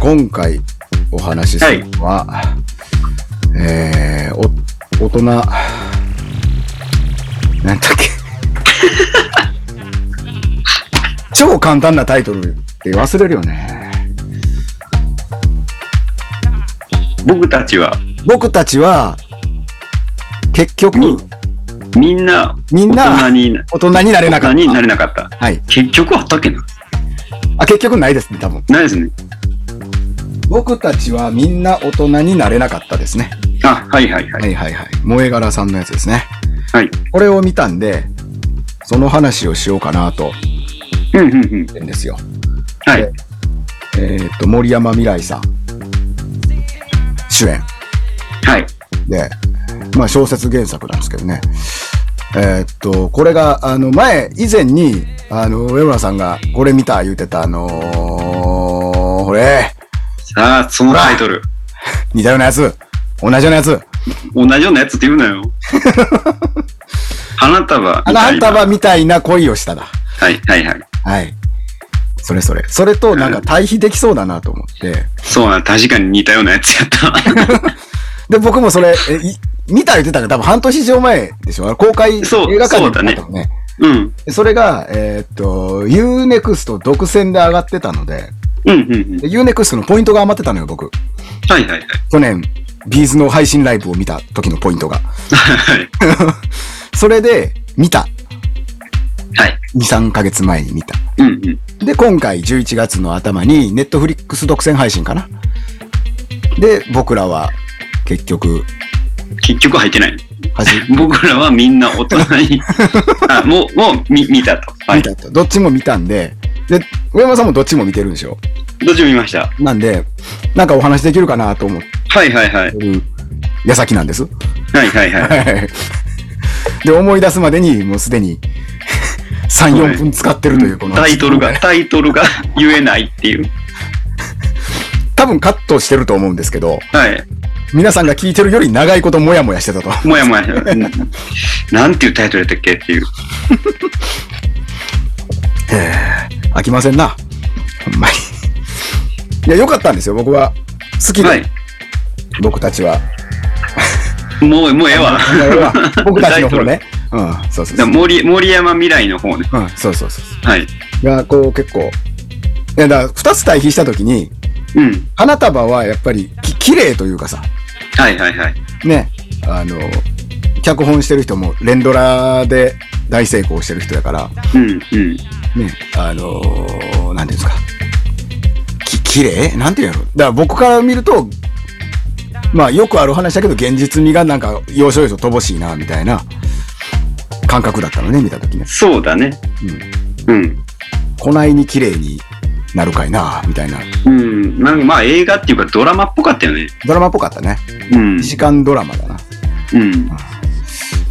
今回お話しするのは、えー、お、大人、なんだっけ。超簡単なタイトルって忘れるよね。僕たちは僕たちは、結局、みんなみん大人なにな大人になれなか大っ人にた。なれなかった。はい。結局あったっけなあ、結局ないですね、多分。ないですね。僕たちはみんな大人になれなかったですね。あ、はいはいは。はいいはいはい。萌え柄さんのやつですね。はい。これを見たんで、その話をしようかなと思うんうんうん。ってんですよ。はい。えーっと、森山未来さん。主演。はい。で、まあ小説原作なんですけどね。えーっと、これが、あの、前、以前に、あの、上村さんが、これ見た言うてた、あのー、ほれ、さあ、そのタイトル。似たようなやつ、同じようなやつ、同じようなやつって言う なよ。花束みたいな。花束みたいな恋をしただ。はいはいはい。はい。それそれ。それとなんか対比できそうだなと思って。そうな、確かに似たようなやつやった。 で、僕もそれ、え、い見た言ってたのが多分半年以上前でしょあの公開映そう画館そにうだねったもんね。うん。でそれが、えーっと、Unext 独占で上がってたので、うんうんうん。で Unext のポイントが余ってたのよ、僕。はいはいはい。去年、ビーズの配信ライブを見た時のポイントが。はいそれで、見た。はい。 2、3ヶ月前に見た。うんうん。で、今回11月の頭に、ネットフリックス独占配信かな。で、僕らは、結局、結局入ってない。はじ、僕らはみんな大人 に。あ、もう、もう見見たと。はい。見どたと。どっちも見たんで、で、上山さんもどっちも見てるんでしょっちも見ました。なんで、なんかお話できるかなと思っはいはいはい。てる矢先なんです。 はいはいはい。で、思い出すまでにもうすでに 3、はい4分使ってるという、この。タイトル が、。タイトルが言えないっていう。多分カットしてると思うんですけど、はい。皆さんが聞いてるより長いこともやもやしてたと。もやもや した。うんなんていうタイトルやったっけっていう。飽きませんな。ほんまに。いや、良かったんですよ、僕は。好きで、はい。僕たちは。もう、もうええわ。僕たちの方 ね。うん、そうそうそう。森森山未来の方ね。うん、そうそうそう。はい。がこう結構いやだから2つ対比した時にうん。花束はやっぱりき綺麗というかさはいはいはい。ねあの脚本してる人も連ドラで大成功してる人だからうんうん。ねあのなんていうんですかき綺麗なんていうんやろだから僕から見るとまあよくある話だけど現実味がなんか要所要所乏しいなみたいな感覚だったのね見た時ねそうだね。うん。こないに綺麗になるかいなみたいなうん。うん。なんかまあ映画っていうかドラマっぽかったよね。ドラマっぽかったねうん2。時間ドラマだなうん。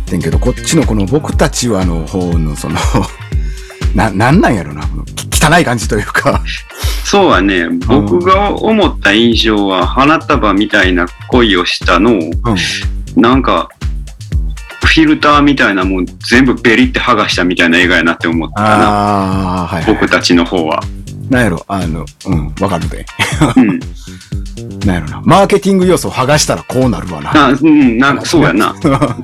てんけど、こっちのこの僕たちはの方のその、 な、なんなんやろな、このき汚い感じというか、そうはね、僕が思った印象は花束みたいな恋をしたのを、うん。なんか、フィルターみたいなもん全部ベリって剥がしたみたいな映画やなって思ったな。ああ、はい、はい。僕たちの 方は。なんやろ、あの、うん、わかるで。うん。なんやろな、マーケティング要素を剥がしたらこうなるわな。あうん、なんかそうやな。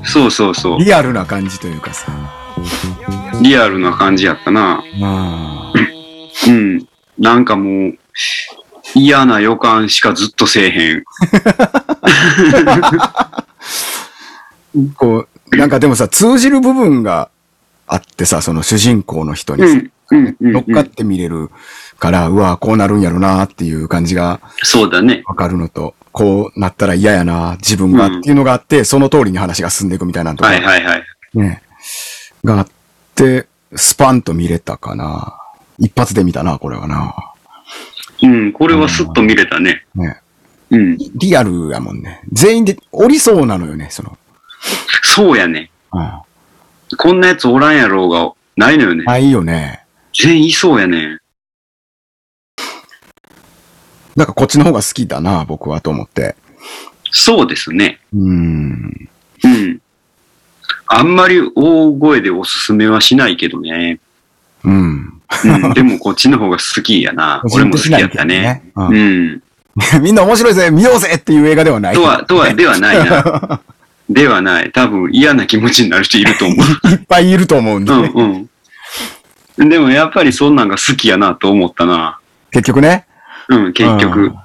そうそうそう。 リアルな感じというかさ。リアルな感じやったな。まあ、うん。なんかもう、嫌な予感しかずっとせえへん。こう、なんかでもさ、通じる部分があってさ、その主人公の人にうさ、ん。うん。うん乗っかって見れるから、うわ、こうなるんやろなっていう感じがそうだね。わかるのと、こうなったら嫌やな、自分がうんっていうのがあって、その通りに話が進んでいくみたいなのとか、はいはいはい。ね、があって、スパンと見れたかな。一発で見たな、これはな。うん。これはスッと見れたね。ね、うん。リアルやもんね。全員で降りそうなのよね、その。そうやね。うん、こんなやつおらんやろうが、ないのよね。あ、いいよね。全員いそうやね。なんかこっちの方が好きだな、僕はと思って。そうですね。うーん。うん。あんまり大声でおすすめはしないけどね。うん。。うん、でもこっちの方が好きやな 俺も好きやったね。うん。うん。みん な面白いぜ見ようぜっていう映画ではない。とは、とは、ではない な。ではない。多分嫌な気持ちになる人いると思 う。いっぱいいると思うんで、うんうん。でもやっぱりそんなんが好きやなと思ったな。結局ね。うん、結う局ん。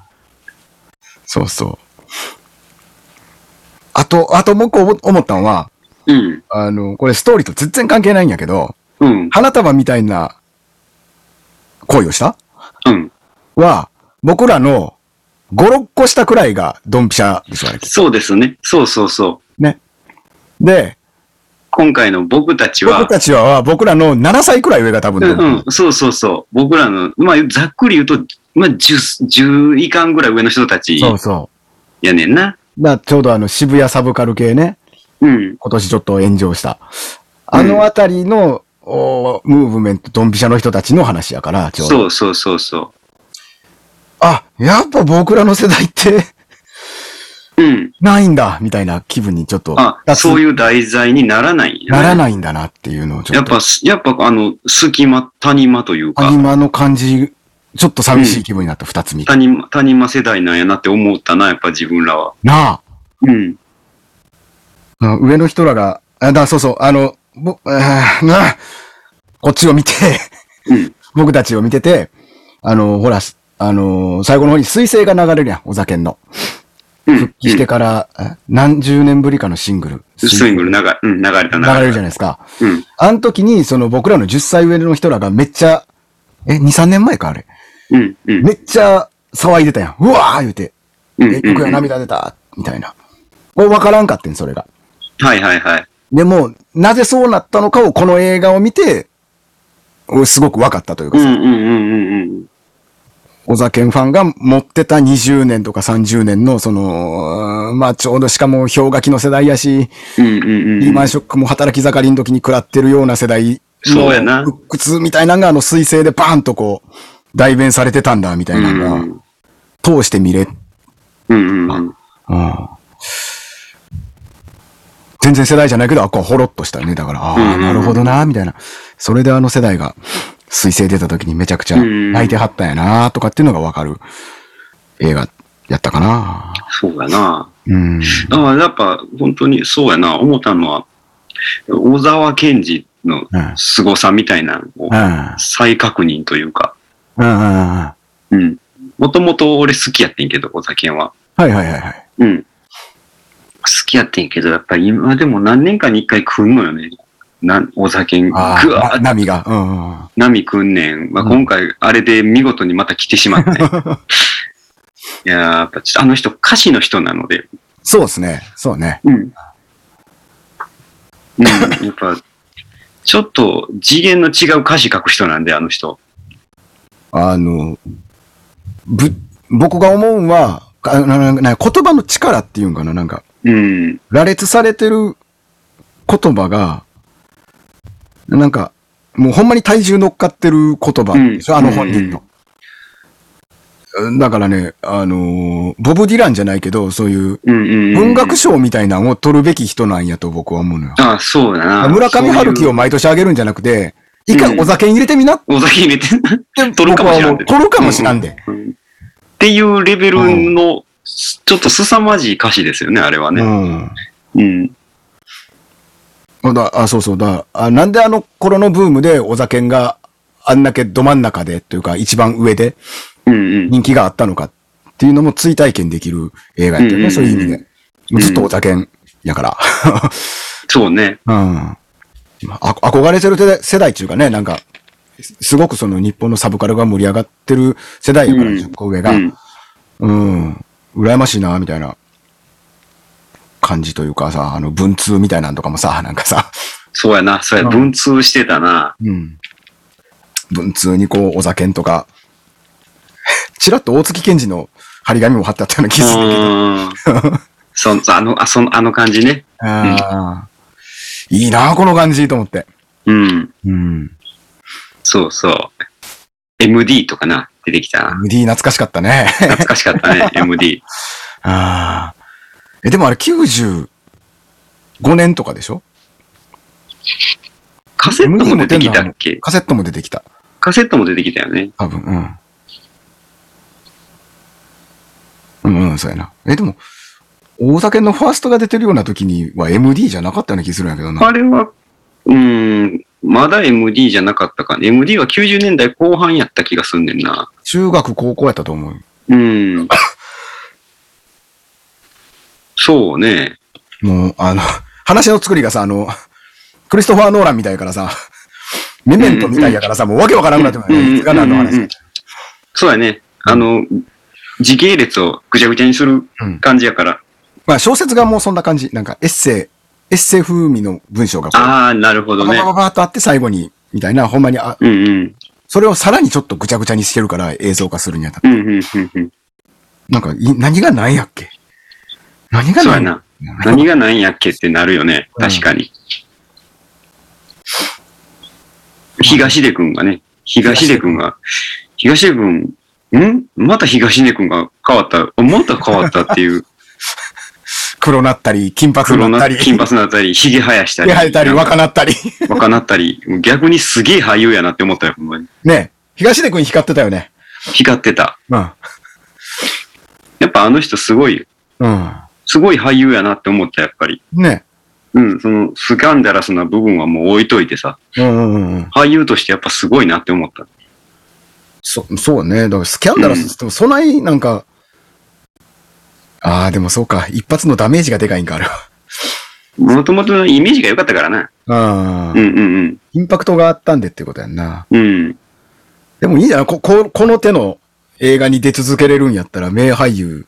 そうそう。あと、あともう一個思思ったのは、うん、あの、これストーリーと全然関係ないんやけど、うん、花束みたいな恋をしたうん。は、僕らの5、6個下くらいがドンピシャですよね。そうですね。そうそうそう。ね。で、今回の僕たちは僕、たちは僕らの7歳くらい上が多分ドうンピシャ、ん、うん、そうそうそう。僕らの、まあ、ざっくり言うと、まあ、10、10以下ぐらい上の人たちそうそやねんな。う。だからちょうどあの渋谷サブカル系ね、うん、今年ちょっと炎上した。あのあたりの、おームーブメント、ドンピシャの人たちの話やから、ちょうど。そうそうそうそあ、やっぱ僕らの世代って う。うん。ないんだ、みたいな気分にちょっと、あ、そうう、いう題材にならないんやなねらないんだなっていうのをちょやっっと、ぱ、やっぱ、あの、隙間、谷間というか、谷間の感じ、ちょっと寂しい気分になった、二つ見て。谷間、谷間世代なんやなって思ったな、やっぱ自分らは。なあ。うん。うん上の人らが、あ、だ、そうそう、あの、ぼ、あーなあこっちを見て、 うん。僕たちを見てて、あの、ほら、すあのー最後の方に水星が流れるやん、お酒の。うん復帰してから、え何十年ぶりかのシングル。スイングル流れ、うん、流れ流たな。れるじゃないですか。うん。あの時に、その僕らの10歳上の人らがめっちゃ、え、2、3年前か、あれ。うん。うん。めっちゃ騒いでたやん。うわー言うて。うんえ、曲やうん涙出た、みたいな。もうわからんかってん、それが。はいはいはい。でも、なぜそうなったのかをこの映画を見て、おすごく分かったというかうんさ、うんうんうんうん。小酒ファンが持ってた20年とか30年の、その、うんまあちょうどしかも氷河期の世代やし、うんうんうん。リーマンショックも働き盛りの時に食らってるような世代そうやなの鬱屈みたいなのがあの彗星でバーンとこう、代弁されてたんだみたいなうのがん、通して見れ、うんうんうん。うん全然世代じゃないけど、あ、こう、ほろっとしたね。だから、あうんうんあ、うんなるほどな、みたいな。それであの世代が、彗星出た時にめちゃくちゃうん泣いてはったんやな、とかっていうのがわかる映画やったかな。そうやな。うん。だからやっぱ本当にそうやな。思ったのは、小沢健二うのん凄さみたいなのをうん。再確認というか。うん。うんうん。もともと俺好きやってんけど、小沢健は。はいはいはいはい。うん。好きやってんけど、やっぱり今でも何年かに一回食うのよね。なん、小沢健。ぐあわあ、ーっな波が。うんうんうん。波くんねん。まあ、うん今回、あれで見事にまた来てし まって。いやーやっぱちょっとあの人、歌詞の人なので。そうですね。そうね。うん。うん、やっぱ、ちょっと次元の違う歌詞書く人なんで、あの人。あの、ぶ、僕が思うんは、あななな言葉の力っていうんかな、なんか。うん。羅列されてる言葉が、なんか、もうほんまに体重乗っかってる言葉、うんあの本人の。だからね、あのーボブ・ディランじゃないけど、そういううんうんうん、文学賞みたいなのを取るべき人なんやと僕は思うのよ。ああ、そうだな。村上春樹をそう毎年あげるんじゃなくて、一う回んお酒に入れてみなっていう。お酒入れて、取る僕かもはしれ思んう。で取るかもしらんで。うんっていうレベルの、ちょっと凄まじい歌詞ですよね、あれはうね。ん。うん。あだあ、そうそうだ。あなんであの頃のブームでお酒があんだけど真ん中でというか一番上でうんうん。人気があったのかっていうのも追体験できる映画やったよね、うんそういう意味で。んずっとお酒やから。 そうね。うん。あ憧れてる世代世代っていうかね、なんか、すすごくその日本のサブカルが盛り上がってる世代やから、うん10個上うが。うんん。。羨ましいな、みたいな感じというかさ、あの、文通みたいなんとかもさ、なんかさ、そうやな、そうや、うん文通してたな。うん。文通にこう、お酒とか、ちらっと大月健二の張り紙も貼ってあったような気うがするけど。ーん。そあの、あその、あの感じね。ああ、いいな、この感じと思って。うん。うん。そうそう。MD とかな、出てきたな。 MD 懐かしかった ね。懐かしかったね、MD。ああ。え、でもあれ95年とかでしょカセットも出てきたっけカセットも出てきた。カセットも出てきたよね。多分、うん。うん、うん、そうやな。え、でも、大酒のファーストが出てるような時には MD じゃなかったような気するんやけどな。あれは、うーん、まだ MD じゃなかったかね。MD は90年代後半やった気がすんねんな。中学、高校やったと思う。うん。そうね。もう、あの、話の作りがさ、あの、クリストファー・ノーランみたいやからさ、メメントみたいやからさ、もうわけわからなくなってもうんうんね、いつが何のうんうんう話んそうやね。あの、時系列をぐちゃぐちゃにするうん感じやから。まあ小説がもうそんな感じ。なんかエッセイ、エッセイ風味の文章がこう、ああ、なるほバどバねバ。ババーっとあって最後に、みたいな、ほんまにあ、うんうん。それをさらにちょっとぐちゃぐちゃにしてるから映像化するにあたって。うんうんうんうん。なんか、い何が何やっけ何がそうや何な。何がないんやっけってなるよね。確かに。東出くんがね、東出くんが、東出くん、んまた東出くんが変わった、あまた変わったって いう、黒なったり、金髪黒になったな、り、金髪になったり、髭生やしたり、毛生えたり、若若なったり。 なったり、逆にすげえ俳優やなって思ったよ、ほんまに。ねえ東出くん光ってたよね。光ってた。うん。やっぱあの人すごい、うん。すごい俳優やなって思った、やっぱり。ねうん、その、スキャンダラスな部分はもう置いといてさ、えうんうんうんうん。俳優としてやっぱすごいなって思った。そ、そうね。だからスキャンダラスって言っても、そない、なんか、ああ、でもそうか。一発のダメージがでかいんか、あれは。もともとのイメージが良かったからな。あうあ、んうんインパクトがあったんでってことやんな。うん。うん。でもいいんじゃないこ、こ、この手の映画に出続けれるんやったら、名俳優。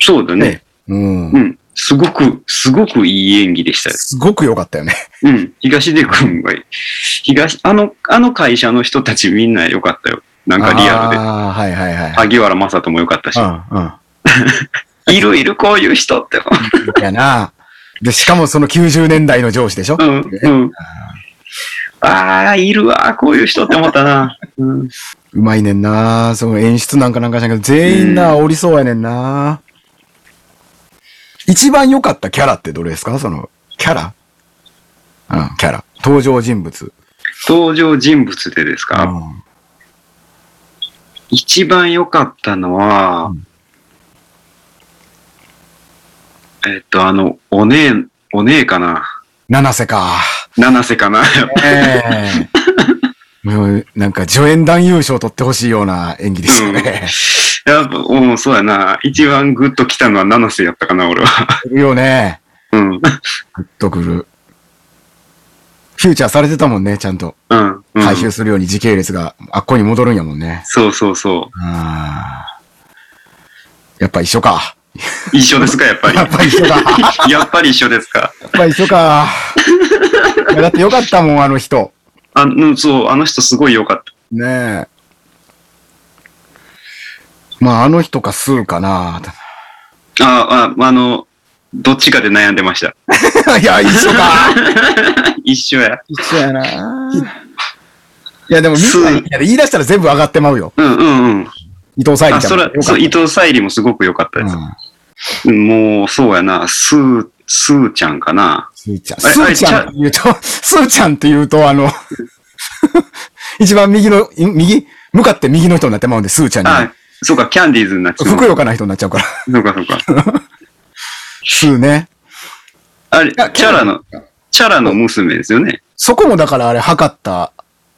そうだね。うん。うん。すごく、すごくいい演技でしたよ。すごく良かったよね。うん。東出くんが、東、あの、あの会社の人たちみんな良かったよ。なんかリアルで。ああ、はいはいはい。萩原正人も良かったし。ういるいる、こういう人って。んうん。やな。で、しかもその90年代の上司でしょ、うん。うん。ああ、いるわ、こういう人って思ったな。うん。うまいねんな。その演出なんかなんかじゃんけど、全員な、うおりそうやねんな。一番良かったキャラってどれですかその、キャラうん、キャラ。登場人物。登場人物でですか、うん一番良かったのは、うんえっと、あの、お姉、お姉かな。七瀬か。七瀬かな。 ええ もう、なんか、助演男優賞取ってほしいような演技でしたね。やっぱ、うん、そうやな。一番グッときたのは七瀬やったかな、俺は。 いるよね。うん。グッとくる。フューチャーされてたもんね、ちゃんと。うん。う回収ん、するように時系列があっこに戻るんやもんね。そうそうそあーやっぱ一緒か。 う。一緒ですか、やっぱりや。っぱ一緒か。ややっぱり一緒ですか。っぱ一緒か。いやだってよかったもん、あの人。あの、そう、あの人すごい良かった。ねえ。まあ、あの人か、スーかな。 ああ、あの、どっちかで悩んでました。いや、一緒か。一緒や。一緒やな。いや、でもみんな、スーいや言い出したら全部上がってまうよ。うんうんうん。伊藤沙莉あ、ちゃそんもらよか、ったそう、伊藤沙莉もすごく良かったです。うんもう、そうやな。スー、スーちゃんかな。スーちゃん。あれスーちゃんって言うと、 スーちゃんって言うと、あの、 一番右の、い右向かって右の人になってまうんで、スーちゃんに。あ、そうか、キャンディーズになっちゃう。ふくよかな人になっちゃう から。そうか、そうか。スーね。あれ、チやャラの、チャラの娘ですよね。そこもだからあれ、測った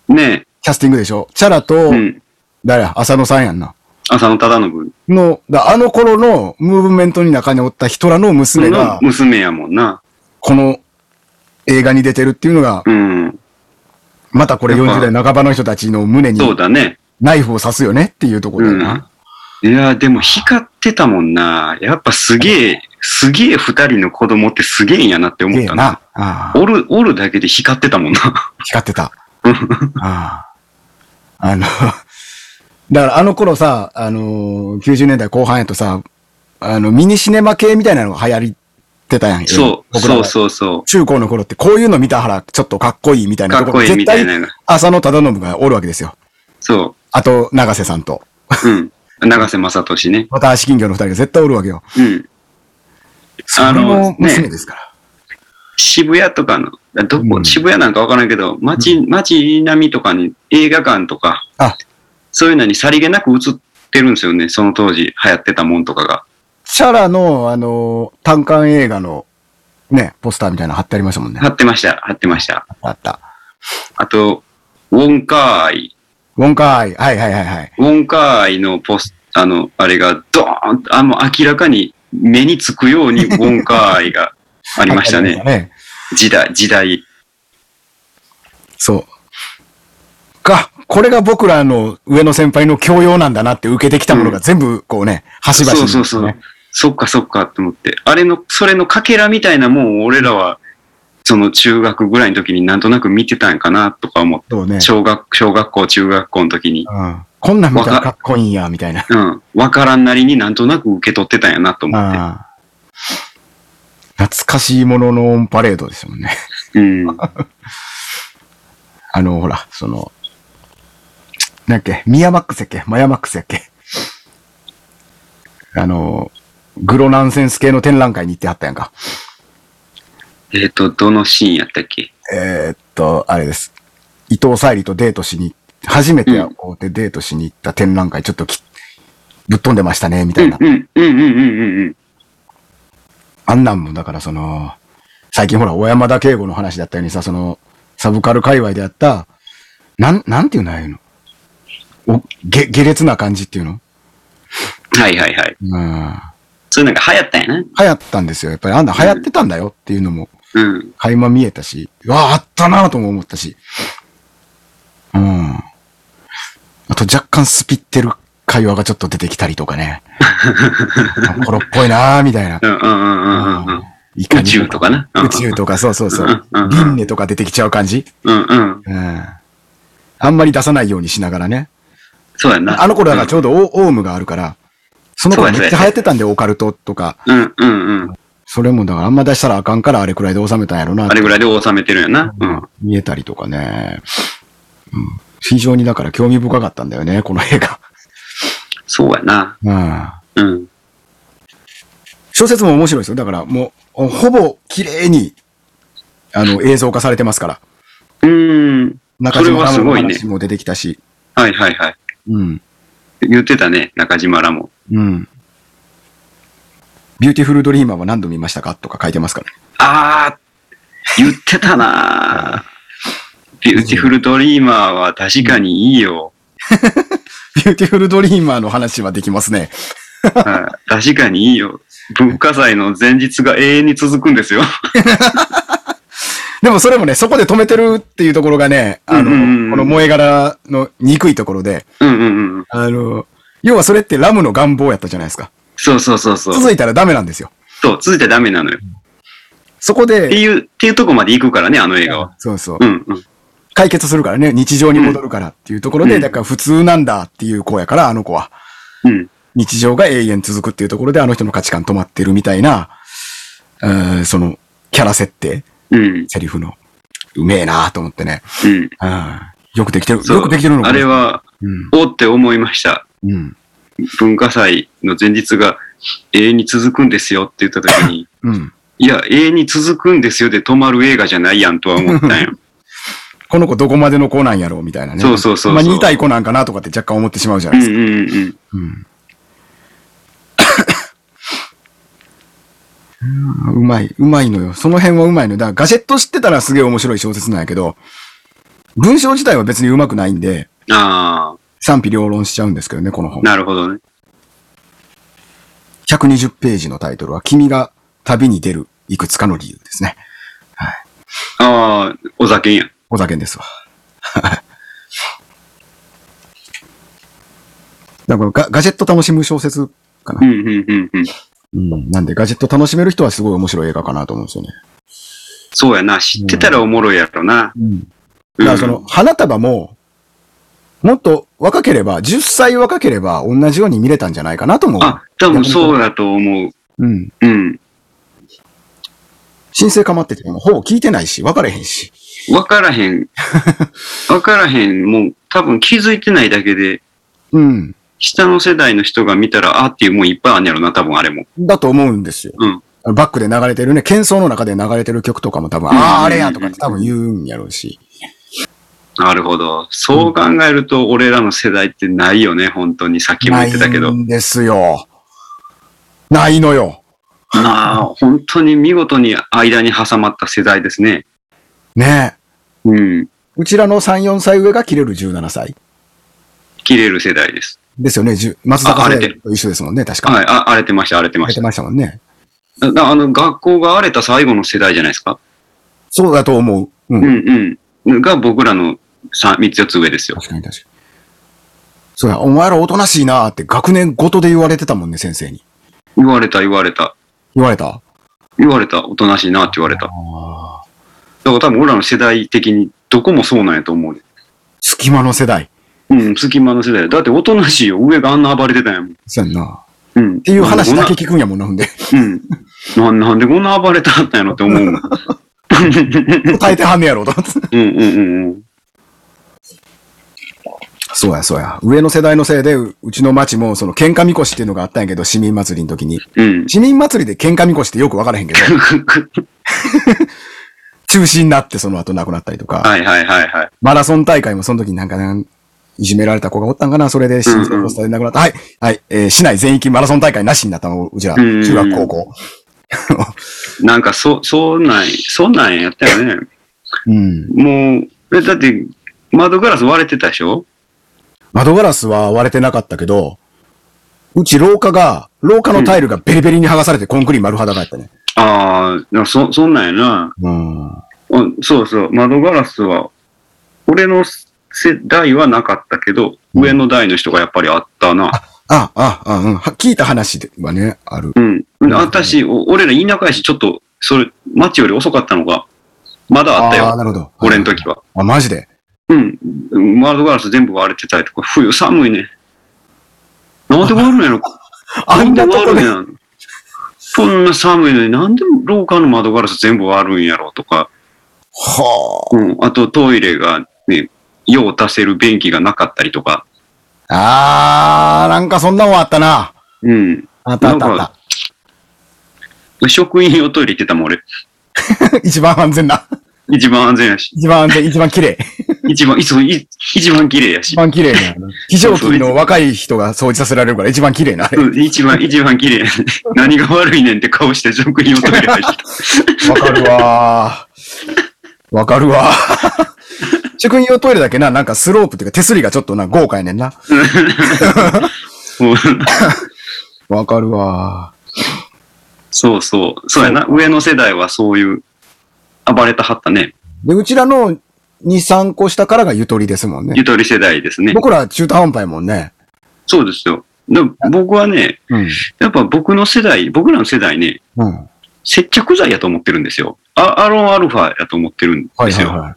ねキャスティングでしょチャラと、え。うん。誰や浅野さんやんな。浅野忠信の、だあの頃のムーブメントの中におったヒトラの娘のが、娘やもんな。この映画に出てるっていうのが、うん。またこれやっぱ40代半ばの人たちの胸にそうだね。ナイフを刺すよねっていうところうだんよな。。いやー、でも光ってたもんな。やっぱすげえ、すげえ二人の子供ってすげえんやなって思えっえたな。な。ああおる、おるだけで光ってたもんな。光って た。あああの、 だからあの頃さ、あのー、90年代後半やとさ、あの、ミニシネマ系みたいなのが流行りってたやん。 そう、僕らそがうそうそ。中高の頃ってこういうの見たはらちょっとかっこいいみたいうなかっこいいみたい絶対なの。浅野忠信がおるわけですよ。そあと、永瀬さんと、う。 うん。長瀬正俊ね。また足金魚の二人が絶対おるわけよ。うん。それあのも娘ねですから。渋谷とかの、どこ、うん渋谷なんかわからんけど、街、街並みとかに映画館とか、あそういうのにさりげなく映っってるんですよね。その当時流行ってたもんとかが。シャラの、あの、単館映画の、ね、ポスターみたいなの貼ってありましたもんね。貼ってました。貼ってました。あった。あと、ウォンカーイ。ウォンカーイ。はいはいはいはい。ウォンカーイのポス、あの、あれがドーンと、あ、もう明らかに目につくようにウォンカーイがありまし たありね。時代、時代。そう。か、これが僕らの上の先輩の教養なんだなって受けてきたものが全部こうね、端々に、そうそうそう。そっかそっかって思って。あれの、それのかけらみたいなもんを俺らは、その中学ぐらいの時になんとなく見てたんかなとか思って。そうね。小学、小学校、中学校の時に。うん。こんなん見たらかっこいいんや、みたいな。うん。わからんなりになんとなく受け取ってたんやなと思って。ああ懐かしいもののオンパレードですもんね。 うん。あの、ほら、その、なんだっけ、ミヤマックスやっけマヤマックスやっけあの、グロナンセンス系の展覧会に行ってはったやんか。えっ、と、どのシーンやったっけえーっと、あれです。伊藤沙莉とデートしに、初めて会おうてデートしに行った展覧会、ちょっとき、ぶっ飛んでましたね、みたういんな。うんうんうんうんうんうん。あんなんも、だからその、最近ほら、小山田圭吾の話だったようにさ、その、サブカル界隈であった、なん、なんていうのああいうの。お、げ、下劣な感じっていうのはいはいはい。うん。流行そういうのが流行ったんやな。ったんですよ。やっぱりあんな流行ってたんだよっていうのも、うん。垣間見えたし、うわあ、あったなぁとも思ったし。うん。あと若干スピってる会話がちょっと出てきたりとかね。コロっぽいなぁ、みたいな。うんうんうんうんうんうん。いかにも宇宙とかなうん宇宙とか、そうそうそううんう。ん輪廻とか出てきちゃう感じうんうん。うん。あんまり出さないようにしながらね。そうやな。あの頃だからちょうどオ,、オウムがあるから、その頃めっちゃ流行ってたんで、オカルトとか。うんうんうん。それもだからあんま出したらあかんからあれくらいで収めたんやろな。あれぐらいで収めてるんやな。うん。見えたりとかね。うん非常にだから興味深かったんだよね、この映画。そうやな。うん。うん。小説も面白いですよ。だからもう、ほぼ綺麗に、あの、映像化されてますから。うーん。中島さんのそれはす話も出てきたし。はいはいはい。うん。言ってたね、中島らも。うん。ビューティフルドリーマーは何度見ましたかとか書いてますから。 あー、言ってたなー。ビューティフルドリーマーは確かにい いよ。ビューティフルドリーマーの話はできますね。はい確かにいいよ。文化祭の前日が永遠に続く んですよ。でもそれもね、そこで止めてるっていうところがね、あの、うんうんうんこの萌え柄の憎いところで、うんうんうん。あの、要はそれってラムの願望やったじゃないですか。そうそうそうそう。続いたらダメなんですよ。そう、続いてダメなのよ。そこってで、いう、っていうとこまで行くからね、あの映画は。そうそうう、んうん。解決するからね、日常に戻るからっていうところで、うんだから普通なんだっていう子やから、あの子は。うん。日常が永遠続くっていうところで、あの人の価値観止まってるみたいな、うーんその、キャラ設定、うん。セリフの、うめえなと思ってね。うん。うんよくできてる、そうよくできてるのかなあれ。は、うん。おって思いました。うん。文化祭の前日が永遠に続くんですよって言った時に、 うん。いや、永遠に続くんですよで止まる映画じゃないやんとは思ったんよ。この子どこまでの子なんやろうみたいなね。そうそうそうそうまあ、似たい子なんかなとかって若干思ってしまうじゃな ういんですか。うんうん。うん。 うまい、うまいのよ。その辺はうまいのよ。だからガジェット知ってたらすげえ面白い小説なんやけど、文章自体は別にうまくないんで、あ賛否両論しちゃうんですけどね、この本あ、。なるほどね。 120ページのタイトルは、君が旅に出るいくつかの理由ですね。ああ、お酒やん。お酒ですわ。 だからガガジェット楽しむ小説かうな。んうんうんうん。うん。なんでガジェット楽しめる人はすごい面白い映画かなと思うんですよね。そうやな。知ってたらおもろいやろな。うん。うだんからその、花束も、もっと若ければ、10歳若ければ同じように見れたんじゃないかなと思う。あ、多分そうだと思う。うん。うん。申請かまってても、ほぼ聞いてないし、分かれへんし。わからへ ん。わからへん。もう多分気づいてないだけで、うん。下の世代の人が見たら、あっていうもんいっぱいあんねやろな、多分あれも。だと思うんですよ。うん。バックで流れてるね、喧騒の中で流れてる曲とかも多分、うんああ、あれやとかって多分言うんやろうし。なるほど。そう考えると、俺らの世代ってないよね、本当に。さっきもない言ってたけど。んですよ。ないのよ。まあ、本当に見事に間に挟まった世代ですね。ねうん。うちらの3、4歳上が切れる17歳。切れる世代です。ですよね。じゅ松坂世あ荒れて代と一緒ですもんね、確か。はい、あ荒れてました、荒れてま入っしてた。ましたもんね。だあの、学校が荒れた最後の世代じゃないですか。そうだと思う。うん。うんうん。が僕らの三三つ四つ上ですよ。確かに確かに。そうや、お前らおとなしいなーって学年ごとで言われてたもんね、先生に。言われた、言われた。言われた言われた、おとなしいなって言われた。だあーから多分俺らの世代的にどこもそうなんやと思うね。隙間の世代。うん、隙間の世代。だっておとなしいよ。上があんな暴れてたんやもん。そうやんな。うん。っっていう話だけ聞くんやもんな、ほんで。うん。ななんでこんな暴れたったんやろって思う もん。耐えてはんねやろ、と思って。うんうんうんうん。 そうや、そうや。上の世代のせいで、ううちの町も、その、喧嘩みこしっていうのがあったんやけど、市民祭りの時に。うん。市民祭りで喧嘩みこしってよくわからへんけど、 中止になってその後亡くなったりとか、はいはいはいはい。マラソン大会もその時になんかなん、いじめられた子がおったんかな、それで心臓発作で亡くなった。はい、はい、えー市内全域マラソン大会なしになったの、うちら、うんうんうん中学高校。なんかそ、そんなん、そんなんやったよね。うん。もう、えだって、窓ガラス割れてたでしょ窓ガラスは割れてなかったけど、うち廊下が、廊下のタイルがベリベリに剥がされてコンクリ丸裸やったね。ああ、なそ、そんなんやな。うん。うんそうそう、窓ガラスは、俺の世代はなかったけど、うん上の代の人がやっぱりあったな。あ、あ、あ、うん。は聞いた話ではね、ある。うん。うんあったし、お俺ら田舎やし、ちょっと、それ、町より遅かったのが、まだあったあーよ。なるほど。俺の時は。あ、マジで。うん。窓ガラス全部割れてたりとか、冬寒いね。なんで割るのやろあんなとこんで割るでんやろそんな寒いのになんで廊下の窓ガラス全部割るんやろとか。はうん。あとトイレがね、用を足せる便器がなかったりとか。あ。あー、なんかそんなもんあったな。うん。あったあったあっ職員用トイレ行ってたもん俺。た。 一番安全な。一番安全やし。一番安全、一番綺 麗。一番、いつも、い一番綺麗やし一。番綺麗な。非常勤の若い人が掃除させられるから一番綺麗 な。あれうん一番、一番綺麗やし。何が悪いねんって顔して職員用トイレ入ってた。わかるわー。わかるわー。 職員用トイレだけな、なんかスロープっていうか手すりがちょっとな、豪華やねんな。もう わかるわそうそう。そうやな。上の世代はそういう、暴れたはったね。ー。で、うちらの2、3個下からがゆとりですもんねゆ。とり世代ですね。僕ら中途半端やもんね。そうですよ。で僕はね、うん。やっぱ僕の世代、僕らの世代ね、うん。は接着剤やと思ってるんですよ。アアロンアルファやと思ってるんいはでいすよ。は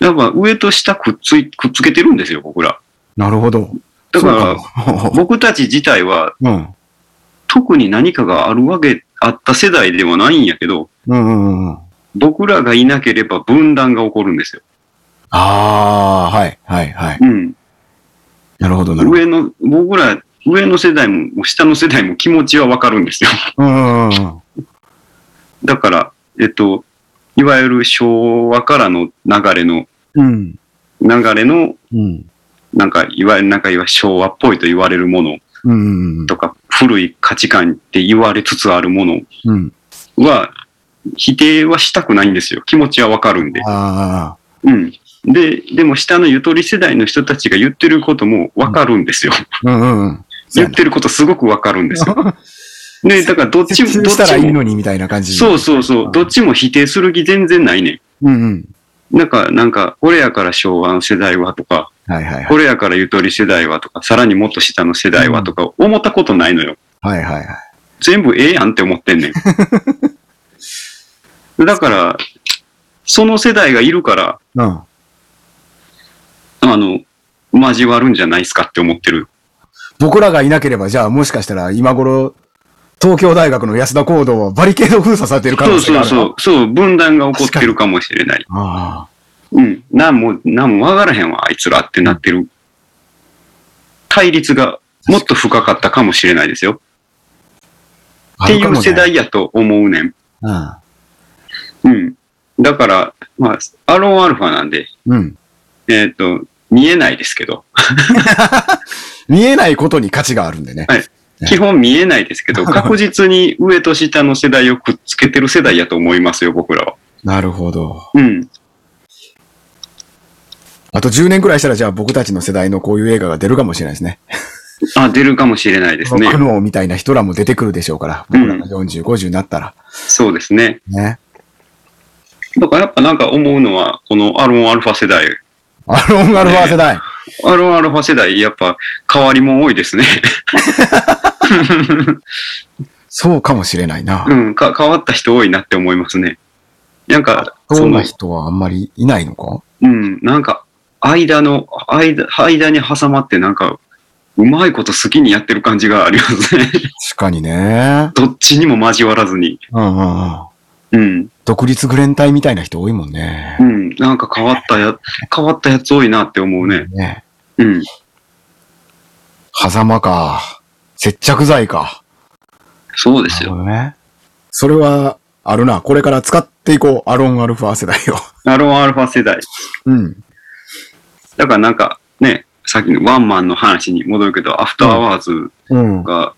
やっぱ上と下くっつい、くっつけてるんですよ、僕ら。い。なるほど。だからそうか僕たち自体はも、特に何かがあるわけ、あった世代ではないんやけど、うん。うんうんうんうん。僕らがいなければ分断が起こるんですよ。ああー、はい、はい、はい。うん。なるほど、なるほど。上の、僕ら、上の世代も下の世代も気持ちはわかるんですよ。 うんうんうんだから、えっと、いわゆる昭和からの流れの、うん。流れの、うん。なんか、いわゆる、なんか、いわゆる昭和っぽいと言われるものうん。うんうんとか、古い価値観って言われつつあるものうん。は、否定はしたくないんですよ。気持ちはわかるんで。あうん。で、でも下のゆとり世代の人たちが言ってることもわかるんですよ。あ。うんうんうん。言ってることすごくわかるんで すよ。ね、だからどっち接中も、どっしたらちいいも、のにみたいな感じ。そうそうそうう、んどっちも否定する気全然ないねん。うんうん。なんか、なんか、これやから昭和の世代はとか、はいはいはい。これやからゆとり世代はとか、さらにもっと下の世代はとか、思ったことないのよ。はいはいはい。全部ええやんって思って んねん。だから、その世代がいるから、うん。あの、交わるんじゃないですかって思ってる。僕らがいなければ、じゃあもしかしたら今頃、東京大学の安田講堂はバリケード封鎖されてる可そ能う性そがあうる。そう、そう、分断が起こってるかもしれない。あうん。なんも、なんもわからへんわ、あいつらってなってる。対立がもっと深かったかもしれないですよ。あ。っていう世ある代やと思うねん。かもね。うん。だから、まあ、アロンアルファなんで、うん。うん。えーっと、見えないですけど、見えないことに価値があるんでね。ね基本見えないですけど、確実に上と下の世代をくっつけてる世代やと思いますよ、僕らは。なるほど。うん。あと10年くらいしたら、じゃあ僕たちの世代のこういう映画が出るかもしれないですね。あ、出るかもしれないですねク。ノーみたいな人らも出てくるでしょうから、うん僕らが40、50になったら。そうですね。ね。だからやっぱなんか思うのは、このアロンアルファ世代。アロンアルファ世代。アロンアルファ世代、やっぱ変わりも多いですね。そうかもしれないな。うん、か変わった人多いなって思いますね。なんか、そそうなの、人はあんまりいないのかうん、なんか、間の、間、間に挟まってなんか、うまいこと好きにやってる感じがありますね。確 かにね。どっちにも交わらずに。うんうんうん。うん。独立グレン隊みたいな人多いもんねう。ん。なんか変わったや、変わったやつ多いなって思うね。ね。うん。狭間か。接着剤か。そうですよ。なるほどね。それは、あるな。これから使っていこう。アロンアルファ世代を。アロンアルファ世代。うん。だからなんか、ね、さっきのワンマンの話に戻るけど、アフターアワーズうん。が、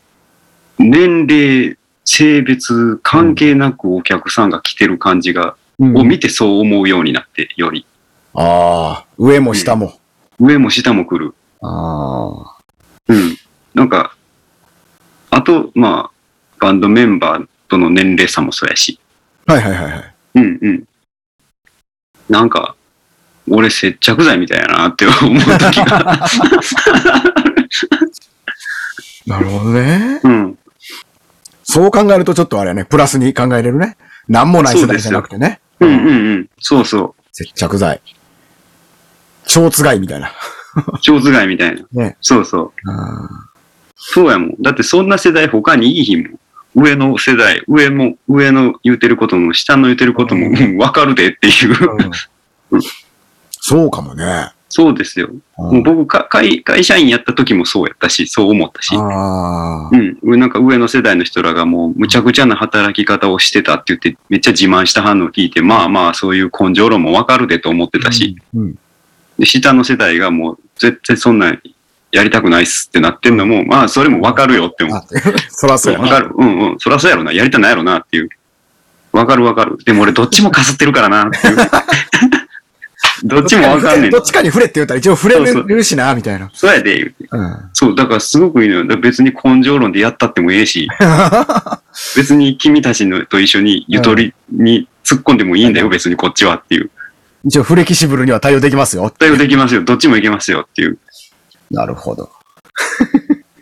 年齢、性別関係なくお客さんが来てる感じが、を見てそう思うようになって、より。ああ、上も下も。上も下も来る。ああ。うん。なんか、あと、まあ、バンドメンバーとの年齢差もそうやし。はいはいはいはい。うんうん。なんか、俺接着剤みたいやなって思う時が。なるほどね。うん。そう考えるとちょっとあれやね、プラスに考えれるね。なんもない世代じゃなくてね。うんうんうん。そうそ接着剤。蝶つがいみたいな。う。上手いみたいな。ね。そうそう。あそうやもん。だってそんな世代他にいい日も。上の世代、上も、上の言うてることも、下の言うてることも、うん、わかるでっていう。うん、そうかもね。そうですよ。もう僕か会、会社員やった時もそうやったし、そう思ったし。ああう。ん。俺なんか上の世代の人らがもうむちゃくちゃな働き方をしてたって言ってめっちゃ自慢した反応を聞いて、まあまあそういう根性論もわかるでと思ってたし、うん。で下の世代がもう絶対そんなんやりたくないっすってなってんのも、まあそれもわかるよって思あ う。そらそうやわな。かる。うんうん。そらそうやろな。やりたないやろなっていう。わかるわかる。でも俺どっちもかすってるからなって いう。どっちもわかんねえんどだっ。ちかに触れって言ったら一応触れれるしな、みたいな。そうやで言うて。うん。そう、だからすごくいいのよ。だから別に根性論でやったってもええ し、別に君たちのと一緒にゆとりに突っ込んでもいいんだよ、別にこっちはっていう。一応フレキシブルには対応できますよ。対応できますよ、どっちもいけますよって いう。なるほど。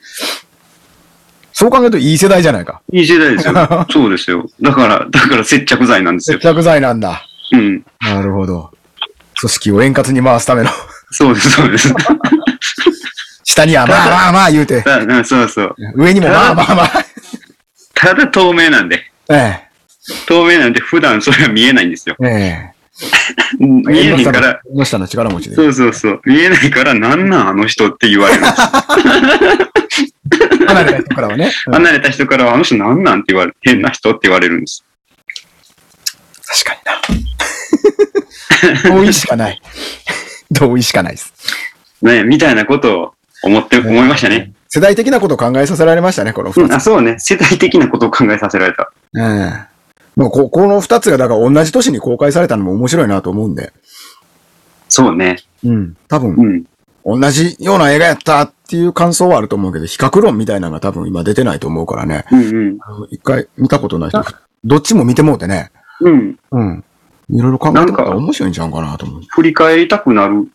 そう考えるといい世代じゃないか。いい世代ですよ。そうですよ。だから、だから接着剤なんです接よ。着剤なんだ。うん。なるほど。組織を円滑に回すための、そうです、そうです。下にはまあまあまあ言うて、だうんそうそう。上にもまあまあまあ。ただ透明なんで。え透明なんで普段それは見えないんですよ。え、えうんえ。見えないから、縁の下の。縁の下の力持ちで。そうそうそう。見えないから、なんなんあの人って言われるん です。離れた人から はね。うん確離れた人からは、あの人なんなんって言われる、変な人って言われるんです。かにな。同意しかない。 同意しかないです。ね、みたいなことを思って、思いましたね。世代的なことを考えさせられましたね、このう二ん、あ、つ。そうね。世代的なことを考えさせられた。うん。もうこ、この二つが、だから同じ年に公開されたのも面白いなと思うんで。そうね。うん。多分う、ん。同じような映画やったっていう感想はあると思うけど、比較論みたいなのが多分今出てないと思うからね。うんうん。一回見たことない人、どっちも見てもうてね。うん。うん。いろいろ考えたなんらか面白いんちゃうかなと思う。振り返りたくなる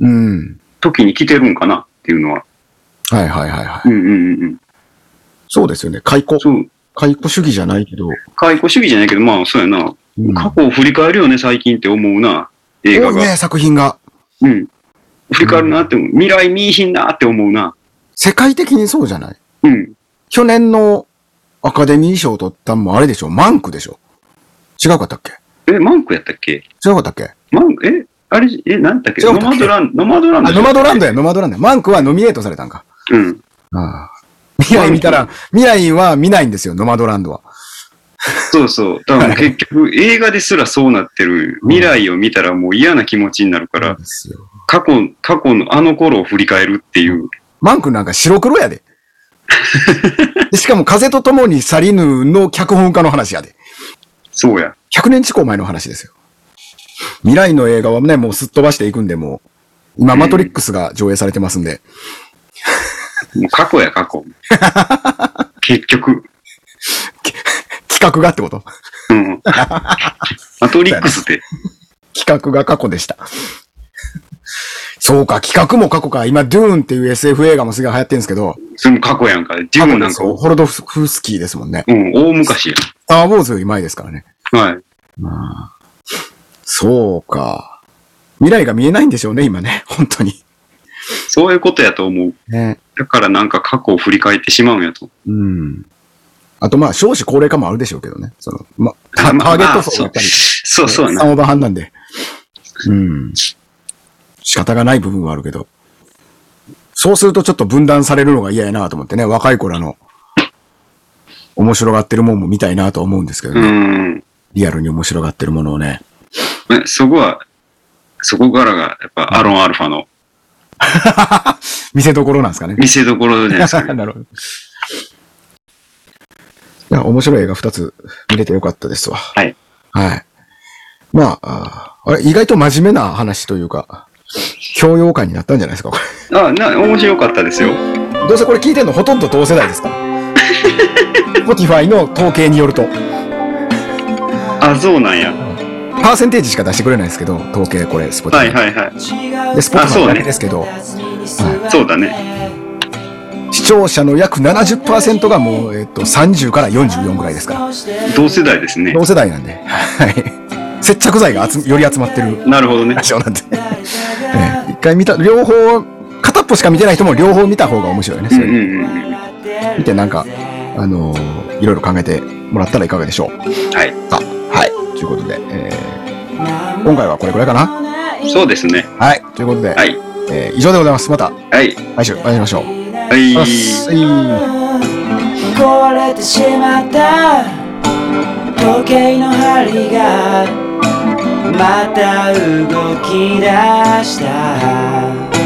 うん。時に来てるんかなっていうのは。はいはいはいはい。うんうんうんうん。そうですよね。解雇。そう。解雇主義じゃないけど。解雇主義じゃないけど、まあそうやな。うん、過去を振り返るよね、最近って思うな。映画多いが。ね、作品が。うん。振り返るなって思う。未来見いひんなって思うな。世界的にそうじゃないうん。去年のアカデミー賞を取ったんもあれでしょマンクでしょ違うかったっけえ、マンクやったっけ違うかったっけマンク、えあれ、え、なんだっけ違うんノだっマけドラン、ノマドランドあ、じノゃなマいドランドや、ノマドランドや。マンクはノミネートされたんか。うん。ああ未来見たら、未来は見ないんですよ、ノマドランドは。そうそう。だからもう結局、映画ですらそうなってる。未来を見たらもう嫌な気持ちになるから、ですよ。過去、過去のあの頃を振り返るっていう。マン君なんか白黒 やで。しかも風と共に去りぬの脚本家の話やで。そうや。 100年近く前の話ですよ。未来の映画はね、もうすっ飛ばしていくんで、もう、今、うんマトリックスが上映されてますんで、もう過去や、過 去。結局。企画がってこと うん。マトリックスって、企画が過去でした。そうか、企画も過去か。今、ドゥーンっていう SF 映画もすげえ流行ってるんですけど、それも過去やんか。ジムなん過去でか、すようホロドフスキーですもんね。ん、大昔やスターウォーズより前ですからね。ん。はい。そうか。未来が見えないんでしょうね、今ね。本当に。そういうことやと思う。ね。だからなんか過去を振り返ってしまうんやと。うん。あと、まあ、少子高齢化もあるでしょうけどね。その、ま、タタあまあーゲッまトあ層だったり。そうそうそうやな。 3オーバー半なんで。うん。仕方がない部分はあるけど。そうするとちょっと分断されるのが嫌やなと思ってね、若い子らの面白がってるもんも見たいなと思うんですけどうね、ん。リアルに面白がってるものをね。ねそこは、そこからが、やっぱアロンアルファの見せどころなんですかね。見せどころじゃないですか、 ね。なるほど。いや、面白い映画2つ見れてよかったですわ。はい。はい。まあ、あーあれ、意外と真面目な話というか、教養会になったんじゃないですか、これ。あ、な、面白かったですよ。どうせこれ聞いてんのほとんど同世代ですから。Spotify の統計によると、あ、そうなんや。パーセンテージしか出してくれないですけど、統計これ、Spotify。はいはいはい。で、で、スポッ Spotify そうねだけですけど、はい、そうだね。視聴者の約70%がもう、えっと、30から44ぐらいですから。同世代ですね。同世代なんで、はい。接着剤が集より集まってるなるほどねラ。ジオなんで。ええ一回見た、両方、片っぽしか見てない人も両方見た方が面白いね。うそんれうんうんうん。見てなんか、あのーいろいろ考えてもらったらいかがでしょうはい。か。はい。ということで、えー今回はこれくらいかな。そうですね。はい。ということで、はい。えー以上でございます。またはい。来週お会いしましょう。はあい。すい壊れてしまった時計の針がまた動き出した